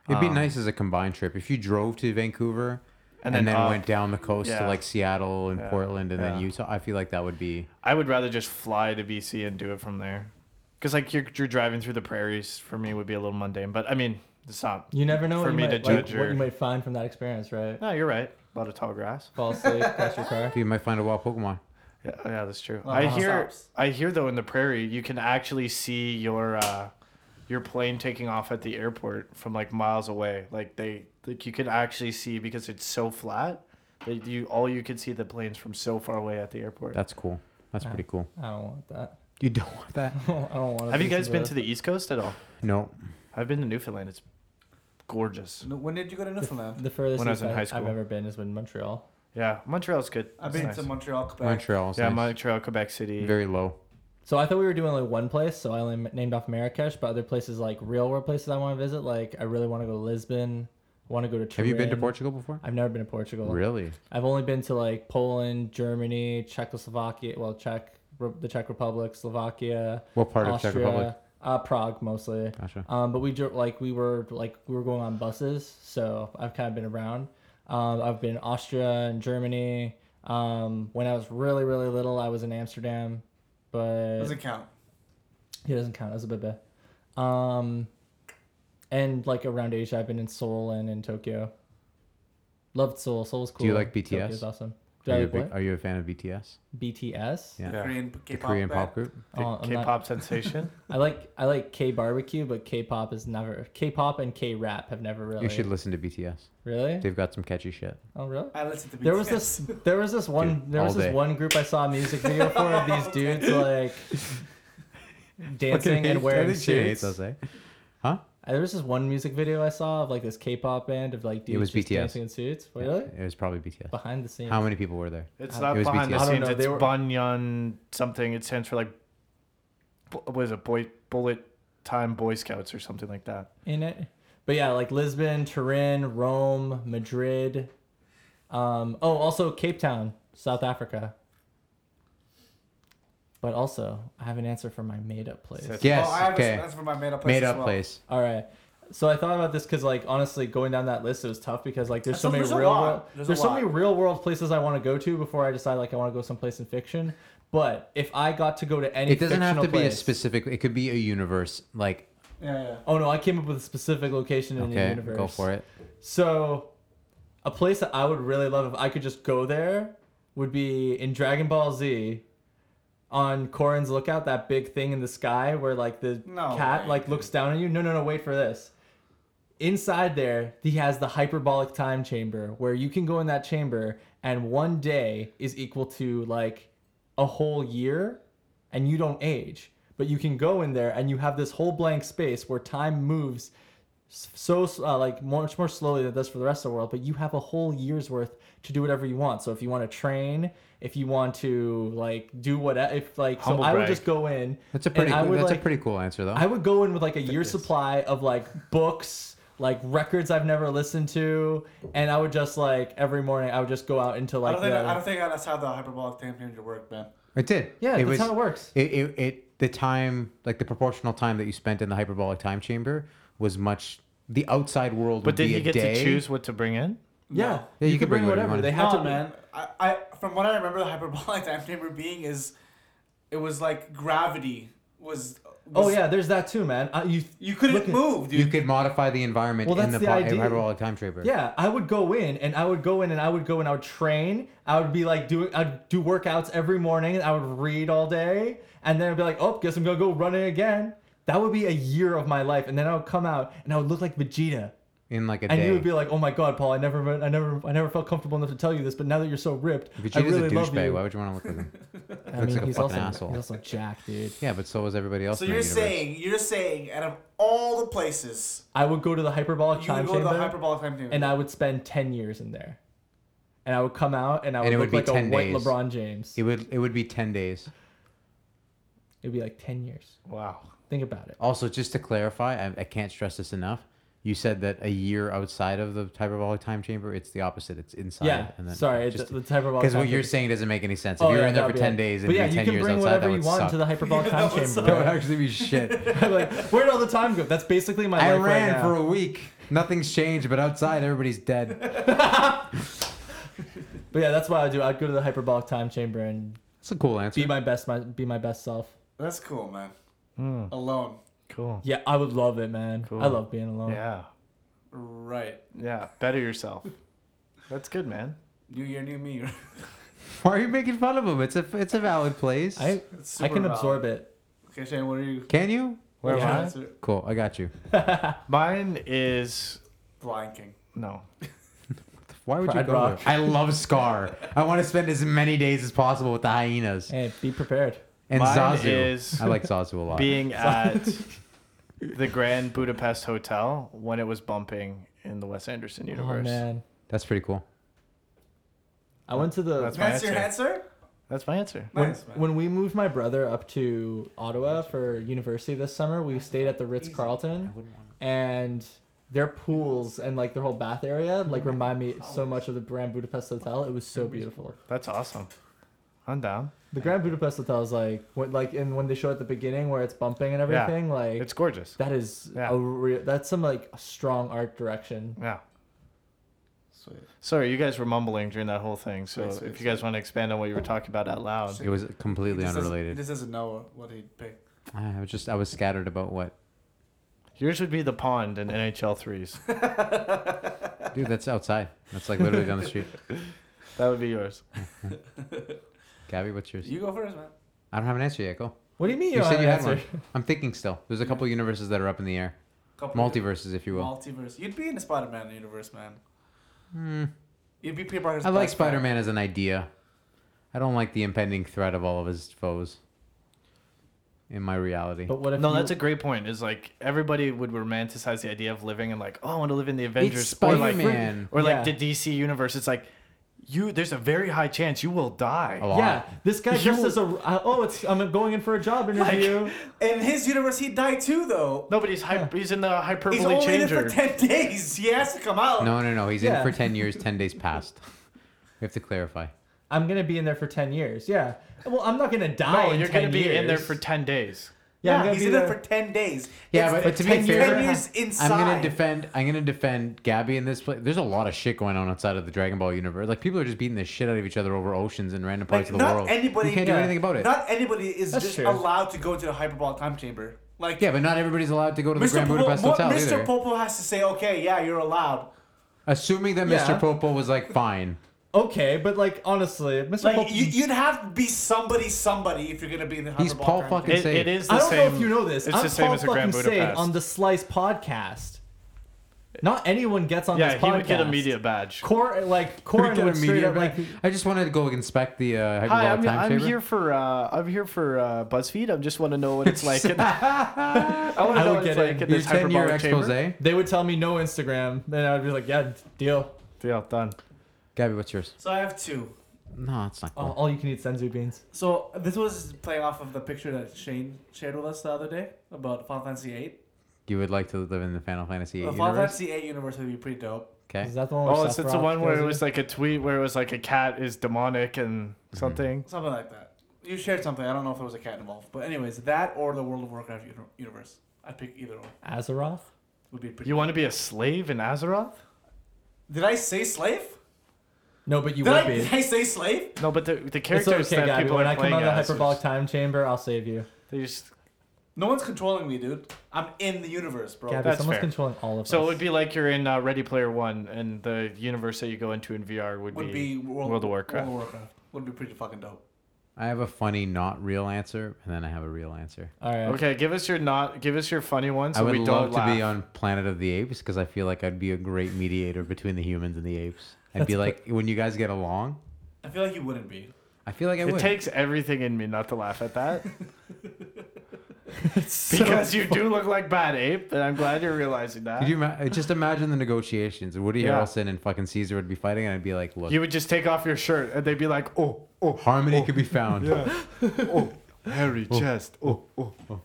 It'd be
Um,
nice as a combined trip if you drove to Vancouver
And
and,
then
then,
up.
went down the coast to
Yeah.
like Seattle and
Yeah.
Portland and then
Yeah.
Utah. I feel like that would be
I would rather just fly to BC and do it from there. Because like you're, you're driving through the prairies for me would be a little mundane, but I mean it's not.
You never know what,
For
you
me
might,
to
like,
judge
what
or-
you might find from that experience, right?
No, you're right. A lot of tall grass.
Fall asleep, crash your car.
you might find a wild Pokemon.
Yeah, yeah, that's true.
Well,
I
it
hear,
stops.
I hear though in the prairie, you can actually see your uh, your plane taking off at the airport from like miles away. Like they, like you can actually see because it's so flat that you all you can see the planes from so far away at the airport.
That's cool. That's
Yeah.
pretty cool.
I don't want that.
You don't want that?
I don't want. to
Have you
think
guys
of
been
it.
to the East Coast at all?
No.
I've been to Newfoundland. It's gorgeous.
No, When did you go to Newfoundland?
The furthest
when I was in
east
high
I've
school?
ever been is in Montreal.
Yeah, Montreal's good.
I've
It's
been
nice.
to Montreal, Quebec.
Montreal. is
yeah,
nice.
Montreal, Quebec City.
Very low.
So I thought we were doing like one place, so I only m- named off Marrakesh, but other places like real world places I want to visit, like I really want to go to Lisbon, want to go to Turin.
Have you been to Portugal before?
I've never been to Portugal.
Really?
I've only been to like Poland, Germany, Czechoslovakia, well Czech, Re- the Czech Republic, Slovakia,
What part
Austria,
of Czech Republic?
uh, Prague mostly.
Gotcha.
Um, but we dro- like we were like we were going on buses, so I've kind of been around. Um, I've been in Austria and Germany. Um, when I was really really little, I was in Amsterdam, but
Doesn't count.
he doesn't count as a bebe. Um, and like around Asia, I've been in Seoul and in Tokyo. Loved Seoul. Seoul was cool.
Do you like BTS?
Tokyo's awesome. Do
Are
I
you, a
like
big,
what?
are you a fan of BTS?
BTS.
Yeah.
Yeah.
Korean
The
K-pop
Korean
band.
pop group?
The
Oh, I'm not-
K-pop sensation.
I like I like K barbecue, but K-pop is never K-pop and K-rap have never really.
You should listen to BTS.
really.
They've got some catchy shit.
Oh really?
I listened to BTS.
There was this there was this one
Dude,
there was
all
this
day.
one group I saw a music video for of these dudes like dancing and wearing suits. Oh,
I'll say.
Uh, There was this one music video I saw of like this K-pop band of like dudes
was
just
BTS.
dancing in suits. Really?
It was probably BTS.
Behind the scenes.
How many people were there?
It's
I-
not
it was BTS.
behind the
I don't
scenes.
know,
It's
they were-
Bunyan something. It stands for like, bu- what is it? Boy, bullet time Boy Scouts or something like that.
in it? But yeah, like Lisbon, Turin, Rome, Madrid. Um, oh, also Cape Town, South Africa. But also, I have an answer for my made-up place.
That's-
Yes.
Oh, I have
okay.
a, that's for my made up place.
Made
as
up
well.
place.
All right. So I thought about this because, like, honestly, going down that list it was tough because, like, there's
That's
so
a-
many
there's a
real
lot.
world,
There's
there's,
a
so
lot.
many real world places I want to go to before I decide like I want to go someplace in fiction. But if I got to go to any,
It doesn't have
fictional
to be a
place-
specific. It could be a universe. Like
Yeah, yeah.
Oh no, I came up with a specific location in the
okay,
universe.
go for it.
So, a place that I would really love if I could just go there would be in Dragon Ball Z. On Korin's lookout, that big thing in the sky where like the
No
cat
way,
like
dude.
looks down at you. No, no, no. Wait for this. Inside there, he has the hyperbolic time chamber where you can go in that chamber and one day is equal to like a whole year and you don't age. But you can go in there and you have this whole blank space where time moves s- so uh, like much more slowly than it does for the rest of the world. But you have a whole year's worth to do whatever you want. So if you want to train, if you want to like do what e, if like
Humble
so I would
brag.
just go in.
That's a
and
pretty.
I
Cool,
would,
that's
like-
a pretty cool answer though.
I would go in with like a year's supply of like books, like records I've never listened to, and I would just like every morning I would just go out into
I
like
don't think
the,
I don't think that's how the hyperbolic time changer worked, man.
it did.
yeah,
it
that's
was.
how it works.
It, it it the time, like the proportional time that you spent in the hyperbolic time chamber, was much. The outside world
But
would
did
be
you
a
get
day.
to choose what to bring in?
Yeah,
No.
Yeah, you can bring whatever you want.
They had
No,
to,
man. I, I from what I remember, the hyperbolic time chamber being is, it was like gravity was.
Oh
was-
yeah, there's that too, man. I, you,
You couldn't
Look at-
move, dude.
You could modify the environment
Well,
in the,
that's the
po-
idea.
hyperbolic time chamber.
yeah, I would go in and I would go in and I would go and I would train. I would be like doing, I'd do workouts every morning. I would read all day, and then I'd be like, oh, guess I'm gonna go running again. That would be a year of my life, and then I would come out and I would look like Vegeta.
in like a
And
day.
you would be like, "Oh my God, Paul! I never, I never, I never felt comfortable enough to tell you this, but now that you're so ripped, I
Vegeta's
really
a
love
douchebag.
you."
Why would you want to look like him?
I
looks
mean,
like a
he's
fucking
also
asshole.
he's also Jack, dude.
Yeah, but so was everybody else.
so
in the
you're
universe.
saying you're saying out of all the places
I would go to the hyperbolic
you would
time
go to the
chamber,
hyperbolic time chamber,
and I would spend ten years in there, and I would come out and I would
And it
look
would be
like a
10
white
days.
LeBron James.
it would it would be ten days.
It'd be like ten years.
Wow.
Think about it.
Also, just to clarify, I, I can't stress this enough. You said that a year outside of the hyperbolic time chamber, it's the opposite. It's inside.
yeah.
and then
Sorry,
just-
the, the hyperbolic.
Because
time
what you're
chamber.
saying doesn't make any sense. If
Oh,
you were
yeah,
in there
that'd
for
be
ten
it.
days and
But
you
yeah,
were
you
ten
can
years
bring
outside,
whatever
that
you
would
want
suck.
to the hyperbolic
That
time
would
chamber.
suck.
That would actually be shit.
I'd be like, where'd all the time go? That's basically my
I
life right
ran
now.
for a week. Nothing's changed, but outside everybody's dead.
But yeah, that's what I would do. I'd go to the hyperbolic time chamber and
That's a cool answer.
be my best, my be my best self.
that's cool, man.
Hmm.
Alone,
Cool.
Yeah, I would love it, man.
Cool.
I love being alone.
Yeah.
right?
Yeah. Better yourself. That's good, man.
New year, new me.
Why are you making fun of him? It's a it's a valid place.
I
It's
I
super
can
valid.
absorb it.
Okay, Shane, what are you?
Can you?
Where am I?
yeah, I?
Cool. I got you.
Mine is
The Lion King.
no.
Why would you
Pride
go
Rock.
there? I love Scar. I want to spend as many days as possible with the hyenas
Hey, be prepared.
and
Mine
Zazu.
is
I like Zazu a lot.
being at the Grand Budapest Hotel when it was bumping in the Wes Anderson
Oh
universe.
man,
That's pretty cool.
I went to the
That's my
That's your answer.
That's my answer.
when,
Nice, man.
when we moved my brother up to Ottawa for university this summer. We stayed at the Ritz Carlton, and their pools and like their whole bath area like remind me so much of the Grand Budapest Hotel. It was so beautiful.
That's awesome. I'm down.
The Grand Budapest Hotel is like what like and when they show at the beginning where it's bumping and
Yeah.
everything like
It's gorgeous.
that is
Yeah.
a real that's some like strong art direction.
Yeah.
Sweet.
Sorry, you guys were mumbling during that whole thing. So
Wait, so
if
it's
you guys want to expand on what you were talking about out loud,
It was completely
This doesn't-
unrelated.
This doesn't know what he'd pick.
I was just I was scattered about what.
yours would be the pond in NHL threes.
Dude, that's outside. That's like literally down the street.
That would be yours.
Gabby, what's yours?
You go first, man.
I don't have an answer yet. Go.
What do you mean
You
don't
said you
have
had one.
an answer?
I'm thinking still. There's a couple universes that are up in the air,
Couple
multiverses, if you will.
Multiverse. You'd be in the Spider-Man universe, man.
Hmm.
You'd be Peter Parker's.
I like
best
Spider
friend.
Man as an idea. I don't like the impending threat of all of his foes in my reality.
But what if
No,
you-
that's a great point. Is like everybody would romanticize the idea of living and like, oh, I want to live in the Avengers or like
Spider-Man.
or like
Yeah.
the DC universe. It's like you. There's a very high chance you will die.
A lot.
yeah, this guy dressed
You-
as a uh, oh, it's I'm going in for a job interview.
In his universe, he'd die too, though.
Nobody's hype. He's in the hyperbole
He's only in
changer.
it for ten days. He has to come out.
No, no, no. He's
Yeah.
in for 10 years, 10 days past. we have to clarify.
I'm gonna be in there for ten years. Yeah, well, I'm not gonna die.
no,
in
you're
10
gonna be in there
years.
for ten days.
Yeah, I'm
Yeah,
gonna
he's
be
in
there
it for ten days.
Yeah,
It's
but, but to be
10
fair,
years inside.
I'm gonna defend. I'm gonna defend Gabby in this place. There's a lot of shit going on outside of the Dragon Ball universe. Like people are just beating the shit out of each other over oceans in random parts
Like,
of the
not
world.
anybody-
you can't
yeah.
do anything about it.
Not anybody is
That's
just
true.
allowed to go to the hyperbolic time chamber. Like,
yeah, but not everybody's allowed to go to the
Mr.
Grand
Popo,
Budapest Hotel
Mr.
either.
Popo has to say, okay, yeah, you're allowed.
Assuming that
Yeah.
Mr. Popo was like fine.
okay, but like honestly, Mr.
Like,
Pope-
you, you'd have to be somebody, somebody if you're gonna be in the hyperbolic
He's Paul
time
fucking
It,
Save.
it is. The
I don't
same,
know if you know this.
It's
I'm
the same
Paul
as the Grand
fucking Sade
Budapest.
on the Slice podcast. Not anyone gets on
yeah,
this
he
podcast.
would get a media badge.
Cor- like
We're
Corin
gonna
would straight
media
up like.
back. I just wanted to go inspect the uh, hyperbolic
Hi, I'm,
time
I'm
chamber.
here for uh, I'm here for uh, BuzzFeed. I just want to know what it's like. in- I want
I
to know
would
what it's
get
like
in.
in
Your
this
10 year
hyperbolic
expose.
chamber.
They would tell me no Instagram, then I would be like, yeah, d- deal.
Yeah, done.
Gabby, what's yours?
So I have two.
No, it's not
All,
Oh.
cool.
all you can eat senzu beans.
So this was playing off of the picture that Shane shared with us the other day about Final Fantasy VIII.
You would like to live in the Final Fantasy
The
VIII
Final
universe?
Fantasy VIII universe would be pretty dope.
Okay.
Is that the one? Where
Oh, it's, it's the
Sephiroth
one where it
kills
was
you?
Mm-hmm. like a tweet where it was like a cat is demonic and something.
Something like that. You shared something. I don't know if there was a cat involved, but anyways, that or the World of Warcraft uni- universe. I'd pick either one.
Azeroth?
Would be pretty.
You want to be a slave in Azeroth?
Did I say slave?
No, but you
did,
would
I,
be.
did I say slave?
No, but the, the
It's
characters
okay,
that
Gabby.
people
When
are
I come
playing
out of the
as,
hyperbolic time chamber, I'll save you.
they just-
No one's controlling me, dude. I'm in the universe, bro.
Gabby,
that's
someone's
fair.
controlling all of us.
so it would be like you're in uh, Ready Player One, and the universe that you go into in VR would,
would
be,
be World,
World of Warcraft.
World of Warcraft would be pretty fucking dope.
I have a funny, not real answer, and then I have a real answer.
all right.
Okay, give us your not, give us your funny one, so
I would
we
love
don't
to
laugh.
be on Planet of the Apes because I feel like I'd be a great mediator between the humans and the apes. I'd
That's
be like, when you guys get along,
I feel like you wouldn't be.
I feel like I
it
would.
takes everything in me not to laugh at that
So-
because you do look like Bad Ape, and I'm glad you're realizing that.
Could you
You,
ima- just imagine the negotiations? Woody
Yeah.
Harrelson and fucking Caesar would be fighting, and I'd be like, look,
would just take off your shirt, and they'd be like, "Oh, oh,
harmony could be found.
yeah, oh, hairy chest, oh, oh, oh."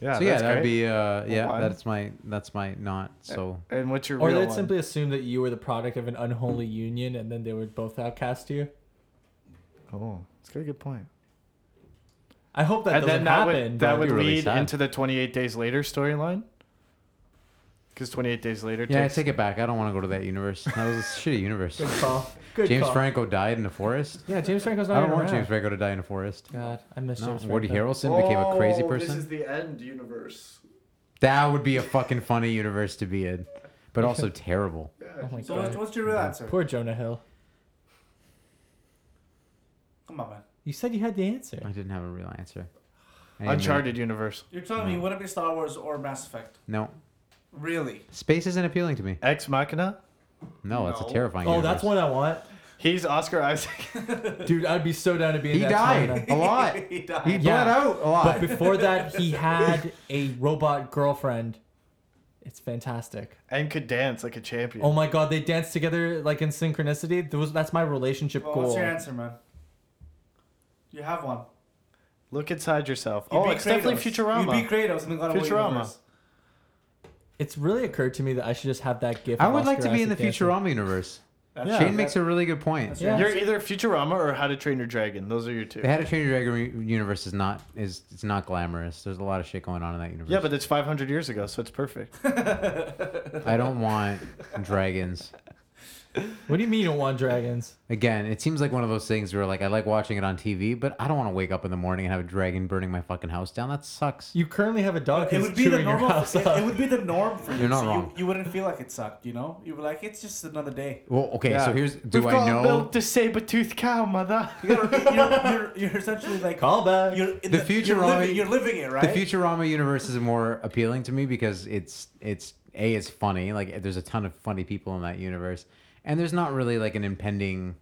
Yeah,
so yeah,
that's
that'd
great.
be uh, yeah,
One.
that's my that's my not so.
And what's your
Or
real
they'd
one?
simply assume that you were the product of an unholy union and then they would both outcast you.
Oh, it's got a good point.
I hope that
and
doesn't
then that
happen.
would
but-
that
That'd
would
be really
lead
sad.
into the 28 days later storyline. Because 28 days later,
Yeah, I
takes-
take it back. I don't want to go to that universe. That was a shitty universe.
Good call. Good
James
call.
Franco died in the forest.
Yeah, James Franco's not
I don't
even
want
around.
James Franco to die in a forest.
God, I miss
No,
James
Woody
Franco.
Harrelson became a crazy
Oh,
person.
the end universe.
That would be a fucking funny universe to be in, but also terrible.
Oh my
So
God.
what's, what's your real answer?
Poor Jonah Hill.
Come on, man.
You said you had the answer.
I didn't have a real answer. I didn't
Uncharted universe.
You're telling me you wouldn't be Star Wars or Mass Effect?
Know. No,
Really?
space isn't appealing to me.
Ex Machina.
No, that's
No.
a terrifying.
Oh,
universe.
that's one I want.
He's Oscar Isaac.
Dude, I'd be so down to be in
He
that
died
sauna.
a lot.
he died.
He bled out a
But
lot.
before that, he had a robot girlfriend. It's fantastic.
and could dance like a champion.
Oh my god, they danced together like in synchronicity. That was- that's my relationship
well,
goal.
what's your answer, man? You have one.
Look inside yourself.
You'd
oh,
be
it's definitely
Kratos. You'd
Futurama.
be Kratos in the God of War
Futurama.
universe.
It's really occurred to me that I should just have that gift.
I
of
would like
Oscar
to be in the
Isaac dancing.
Futurama universe.
That's-
Yeah.
Shane makes a really good point.
That's your
Yeah.
You're either Futurama or How to Train Your Dragon. Those are your two.
The How to Train Your Dragon u- universe is not is it's not glamorous. There's a lot of shit going on in that universe.
Yeah, but it's 500 years ago, so it's perfect.
I don't want dragons.
What do you mean you don't want dragons?
Again, it seems like one of those things where like I like watching it on TV, but I don't want to wake up in the morning and have a dragon burning my fucking house down. That sucks.
You currently have a dog
It
who's
would be
chewing
the
your
normal.
house
It,
up.
it would be the norm for you.
You're not
so
wrong.
You, you wouldn't feel like it sucked, you know. You were like, it's just another day.
Well, okay,
Yeah.
so here's do
We've
I
got
know
built the saber-toothed cow, mother.
You gotta, you're, you're, you're essentially like
Call back.
You're in
The
the,
future
You're
already-
living, you're living it, right?
the Futurama universe is more appealing to me because it's it's a it's funny. Like there's a ton of funny people in that universe, and there's not really like an impending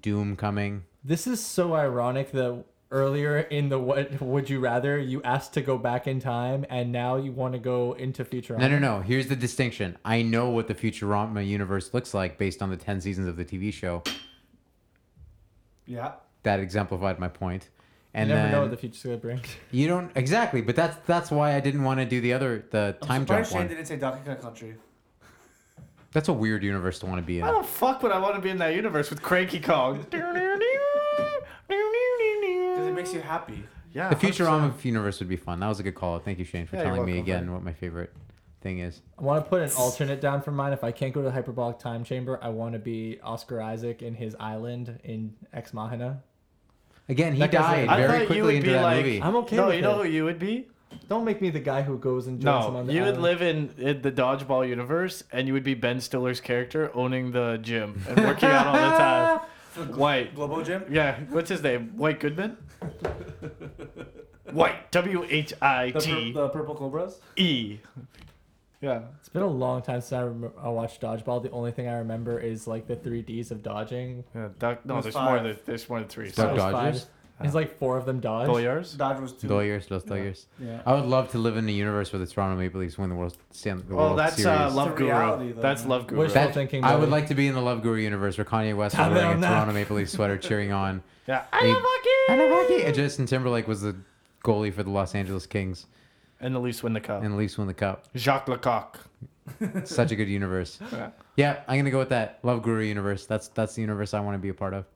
doom coming.
This is so ironic that earlier in the what would you rather you asked to go back in time and now you want to go into Futurama.
No, no, no. Here's the distinction. I know what the Futurama universe looks like based on the ten seasons of the TV show.
Yeah.
That exemplified my point. And
you never
then
know what the future's gonna bring.
you don't exactly, but that's that's why I didn't want to do the other the
I'm
time jump
surprised Shane
one.
didn't say Donkey Kong Country.
That's a weird universe to want to be in.
How the fuck would I want to be in that universe with Cranky Kong?
Because it makes you happy.
yeah,
The
100%.
Futurama universe would be fun. That was a good call. Thank you, Shane, for
Yeah, you're
telling me
welcome,
again
man.
what my favorite thing is.
I want to put an alternate down for mine. If I can't go to the hyperbolic time chamber, I want to be Oscar Isaac in his island in Ex Machina.
Again, he
That guy's
died
like-
I thought
very
you
quickly
would
into
be
that
like-
movie.
I'm okay
No,
with
you know
it.
who you would be?
Don't make me the guy who goes and joins him
No,
on the
you would
island.
live in, in the dodgeball universe, and you would be Ben Stiller's character owning the gym and working out all the time. White,
Globo Gym.
yeah, what's his name? White Goodman. White, W H I
The, pur-
T
the Purple Cobras.
E. Yeah,
It's been a long time since I, rem- I watched dodgeball. The only thing I remember is like the three Ds of dodging.
yeah. Duck, no,
There's
there's
five.
more. Than, there's more than three.
Duck
So,
There's
Dodgers?
five. There's like four of them dodge.
Boyars.
Dodge was two.
Doyers, Los Doyers.
Yeah.
I would love to live in a universe where the Toronto Maple Leafs win the World, stand, the
Oh,
World
that's
Series.
uh, Love
It's a
Guru.
reality, though,
that's
man.
Love Guru.
Which-
That-
thinking,
I would
buddy.
like to be in the Love Guru universe where Kanye West was
Time
wearing
out
a
now.
Toronto Maple Leafs sweater, cheering on.
yeah.
I love hockey. I love hockey. And Justin Timberlake was the goalie for the Los Angeles Kings,
And the Leafs win the cup.
and the Leafs win the cup.
Jacques Lecoq.
Such a good universe.
Yeah.
Yeah, I'm gonna go with that Love Guru universe. That's that's the universe I want to be a part of.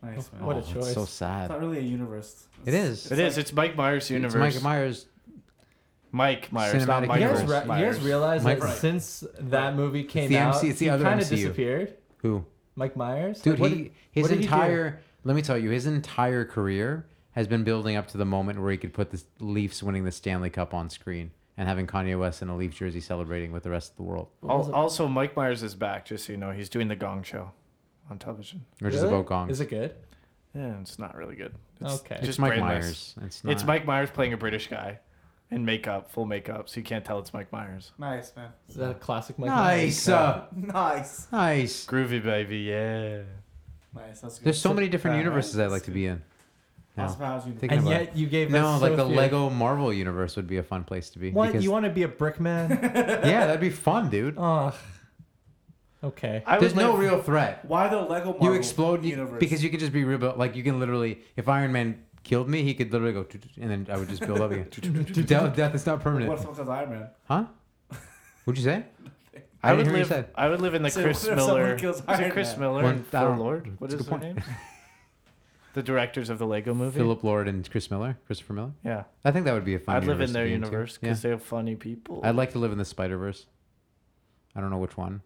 Nice, man.
What a
Oh, it's
choice.
so
It's
sad.
not really a universe.
It is.
It is. It's Mike Myers
It's
universe.
Mike Myers.
Mike Myers, not
Cinematic
Mike
you guys,
Myers.
re- you guys realize
Mike-
that since that movie came
the
out,
MC it's the
he
other
kind of
MCU.
disappeared.
Who?
Mike Myers,
Dude,
Like, what
he
did-
his
what did he do?
entire let me tell you, his entire career has been building up to the moment where he could put the Leafs winning the Stanley Cup on screen and having Kanye West in a Leaf jersey celebrating with the rest of the world.
What was
Al-
it?
Also, Mike Myers is back. Just so you know, he's doing the Gong Show on television.
Which is
Really?
about Gong.
Is it good?
Yeah, it's not really good. It's
Okay.
it's
just
Mike
brainless.
Myers. It's,
It's
not-
Mike Myers playing a British guy in makeup, full makeup, so you can't tell it's Mike Myers.
Nice, man.
Is that a classic Mike
Nice.
Myers?
uh,
Nice.
nice.
Groovy baby, yeah.
Nice. That's good.
There's so
That's
many different
Yeah,
universes
right.
I'd like to be in.
a- that's
No.
a power's universe.
Think-
And
about
yet you gave
No,
us
like
so
the
few.
Lego Marvel universe would be a fun place to be.
What
because-
you want to be a brick man?
yeah, that'd be fun, dude.
oh, okay.
I
There's
would
no
like-
real threat.
Why the Lego Marvel
you explode you-
universe?
because you could just be rebuilt. Like you can literally, if Iron Man killed me, he could literally go, "Tut, tut," and then I would just build up again. death, death is not
what
permanent,
if someone says Iron Man?
huh? What'd you say?
I,
I
would
didn't hear you
live.
said.
I would live in the
So
Chris
what if someone
Miller.
kills
Is
Iron
it Chris
Man?
Miller?
One-
and
I
Phil
don't-
Lord. What
that's a
is
good
their
point.
name? the directors of the Lego movie.
Philip Lord and Chris Miller, Christopher Miller.
Yeah,
I think that would be a fun.
I'd live
universe to
in their
be too.
universe
Yeah.
because they're funny people.
I'd like to live in the Spider Verse. I don't know which one.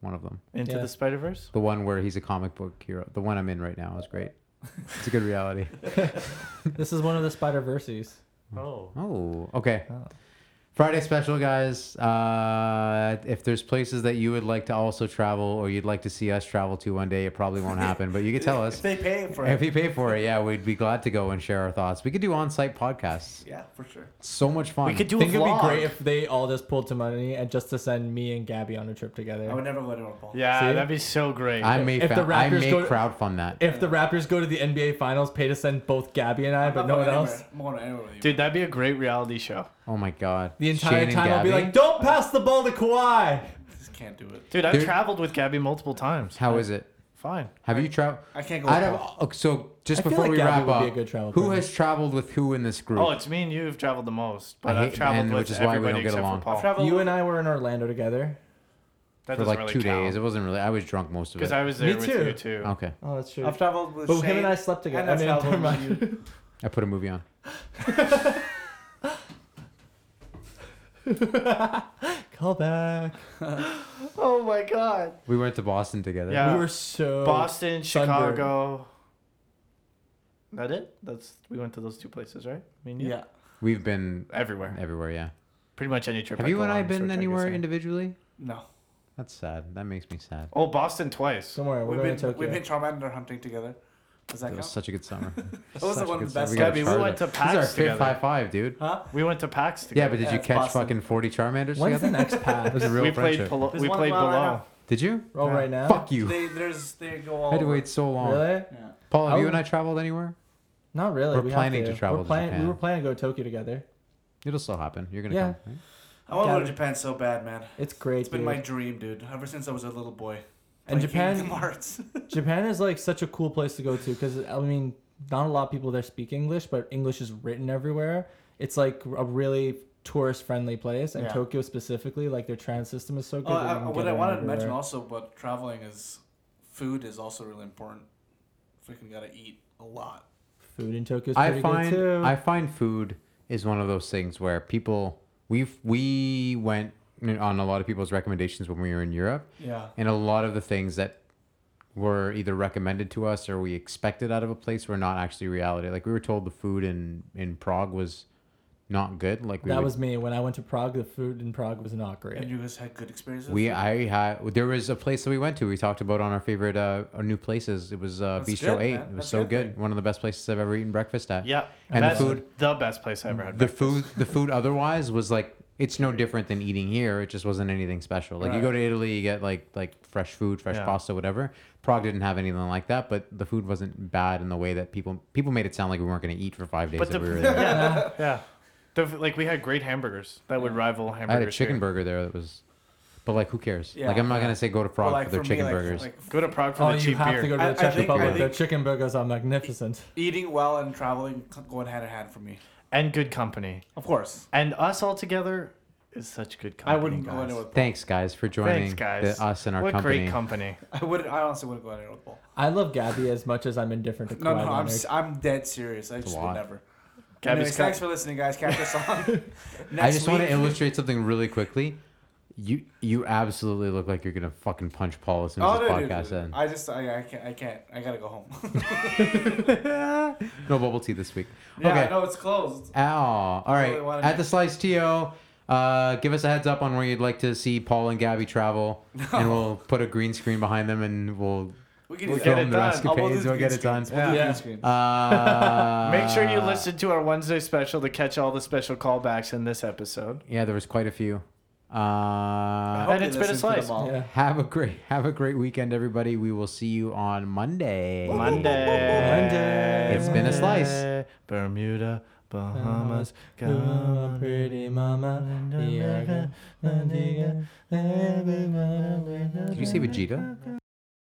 One of them.
Into
Yeah.
the Spider Verse.
The one where he's a comic book hero. The one I'm in right now is great. It's a good reality.
This is one of the Spider Verses.
Oh.
Oh, okay.
Oh.
Friday special, guys. Uh, if there's places that you would like to also travel or you'd like to see us travel to one day, it probably won't happen, but you could tell
If
us.
they pay for
If
it.
you pay for it, yeah, we'd be glad to go and share our thoughts. We could do on site podcasts.
Yeah, for sure.
So much fun.
We could do
I think
a
it'd be
vlog.
great if they all just pulled some money and just to send me and Gabby on a trip together.
I would never let it on Paul.
Yeah,
See?
that'd be so great.
I may,
if the
fa- I
Raptors
may
go-
crowdfund that.
if the Raptors go to the NBA Finals, pay to send both Gabby and I,
I'm
but
not
no
going
one
anywhere.
else.
I'm going anywhere with you.
Dude, that'd be a great reality show.
Oh my God.
The entire
Shane and
time I'll be
Gabby?
like, "Don't pass the ball to Kawhi."
Just can't do it.
Dude, I've
There-
traveled with Gabby multiple times.
How is it?
Fine.
Have you traveled?
I can't go.
I
with
don't.
Paul.
okay, So just
I feel
before
like
we
Gabby
wrap
would
up,
be a good travel
who
partner.
has traveled with who in this group?
Oh, it's me and you who've traveled the most, but
I
I've
hate-
traveled
and
with
which is why we
everybody
don't get
except
along.
for Paul.
I've traveled
You
with-
and I were in Orlando together.
that
for
doesn't
like
really
two
count.
days. It wasn't really. I was drunk most of
Because
it.
I was
Me
there with
too.
you too.
okay,
Oh, that's true.
I've traveled with
but
Shane,
him and I slept
and
together. I
I've
mean, never
traveled
mind.
with you.
I put a movie on.
Call back.
Oh my god.
We went to Boston together.
Uh,
Yeah.
we were
Oh,
so
Boston,
Sunburn.
Chicago. That it? That's we went to those two places, right? I mean,
Yeah.
we've been
everywhere.
everywhere. Yeah.
Pretty much any trip.
Have
I
you
go
and I
on, so
been
it's, guess,
anywhere
yeah.
individually?
No.
That's sad. That makes me sad.
Oh, Boston twice.
Don't worry, we're
We've
going
been,
to Tokyo.
we've been Charmander hunting together. Does that
It was
count?
such a good summer. It
was
such
like
a
one of
good
the best
summer.
Gabby, we
gotta
went
charge it.
to
This is our
PAX
fifth
together.
high five, dude.
Huh?
We went to PAX
Yeah,
together.
but did
Yeah,
you
it's
catch
Boston.
fucking forty Charmanders
When's the
together?
next
That
pass?
was a real
we
friendship.
played polo-
There's
we
one
played
mile right
below.
now.
Did you?
Roll
Yeah.
right now.
Fuck you.
They there's they go all.
I had to
over.
wait so long.
Really?
Yeah.
Paul, have
I
you
would-
and I traveled anywhere?
Not really.
We're
we have
planning to travel
We're
to
planning-
Japan.
We were planning to go to Tokyo together.
It'll still happen. You're gonna
Yeah.
come. right?
I want to go to
Got it.
Japan so bad, man.
It's great.
It's been
dude.
my dream, dude. Ever since I was a little boy.
And
Like
Japan-
Kingdom Hearts.
Japan is like such a cool place to go to because I mean, not a lot of people there speak English, but English is written everywhere. It's like a really tourist friendly place, and
Yeah.
Tokyo specifically, like their transit system is so good.
Oh,
that you
I,
can
what
get
I
around
wanted to mention
everywhere.
also about traveling is food is also really important. Freaking gotta eat a lot.
food in Tokyo is pretty
I find
good too.
I find food is one of those things where people we've we went on a lot of people's recommendations when we were in Europe,
Yeah.
and a lot of the things that were either recommended to us or we expected out of a place were not actually reality. Like we were told the food in in Prague was not good. Like we
that
would-
was me when I went to Prague. The food in Prague was not
And
great.
you guys had good experiences.
we I had there was a place that we went to we talked about on our favorite uh our new places. It was uh,
That's
Bistro
good,
Eight.
man.
It was
That's
so
good
good.
thing.
One of the best places I've ever eaten breakfast at.
Yeah,
And the
that's
food-
the best place I ever had.
the food the food otherwise was like it's no different than eating here it just wasn't anything special like you go
Right.
to italy you get like like fresh food fresh
Yeah.
pasta whatever prague didn't have anything like that but the food wasn't bad in the way that people people made it sound like we weren't going to eat for five days
But
that
the-
we were there
yeah, yeah. The, like we had great hamburgers that would rival hamburgers.
i had a chicken
here.
burger there that was but like who cares
Yeah,
like i'm not
yeah.
going to say go to
But,
prague for their
me,
chicken
like-
burgers
like,
Go to Prague for
Oh,
the
you
cheap
have
beer.
to go to
I-
the
I
Czech
think-
Republic.
I
Their
think-
chicken burgers are magnificent.
eating well and traveling c- going hand in hand for me.
and good company.
Of course.
And us all together, is such good
I
company.
wouldn't go
guys.
anywhere with Paul.
Thanks, guys, for joining
Thanks, guys.
the- us and our
what
company.
great company.
I would. I honestly wouldn't go anywhere with Paul.
I love Gabby as much as I'm indifferent to
No,
Kawhi
no, I'm,
Leonard.
s- I'm dead serious. I just
lot.
would never.
Gabby's
Anyways,
co-
thanks for listening, guys. Catch us on. next
I just want
week.
to illustrate something really quickly. You you absolutely look like you're gonna fucking punch Paul as soon as
Oh,
this
no, dude,
podcast ends.
I just, I, I can't, I can't. I gotta go home.
No bubble tea this week.
yeah,
okay.
I know it's closed.
Ow. All right.
really wanted
At
to-
the Slice TO, uh, give us a heads up on where you'd like to see Paul and Gabby travel, and we'll put a green screen behind them, and we'll
We can
We'll
do
get
that.
it
film their
done.
Oh, we'll do
escapades. We'll
green
get it done.
screens. We'll do
Yeah.
green screens.
Uh,
Make sure you listen to our Wednesday special to catch all the special callbacks in this episode.
Yeah, there was quite a few. Uh,
hope
and
they
it's been a
listen to them
slice.
all.
yeah.
have a great have a great weekend, everybody. We will see you on Monday.
Monday.
Monday.
It's been a slice.
Bermuda, Bahamas,
Come,
gone.
pretty mama. Here I go.
Did you say Vegeta?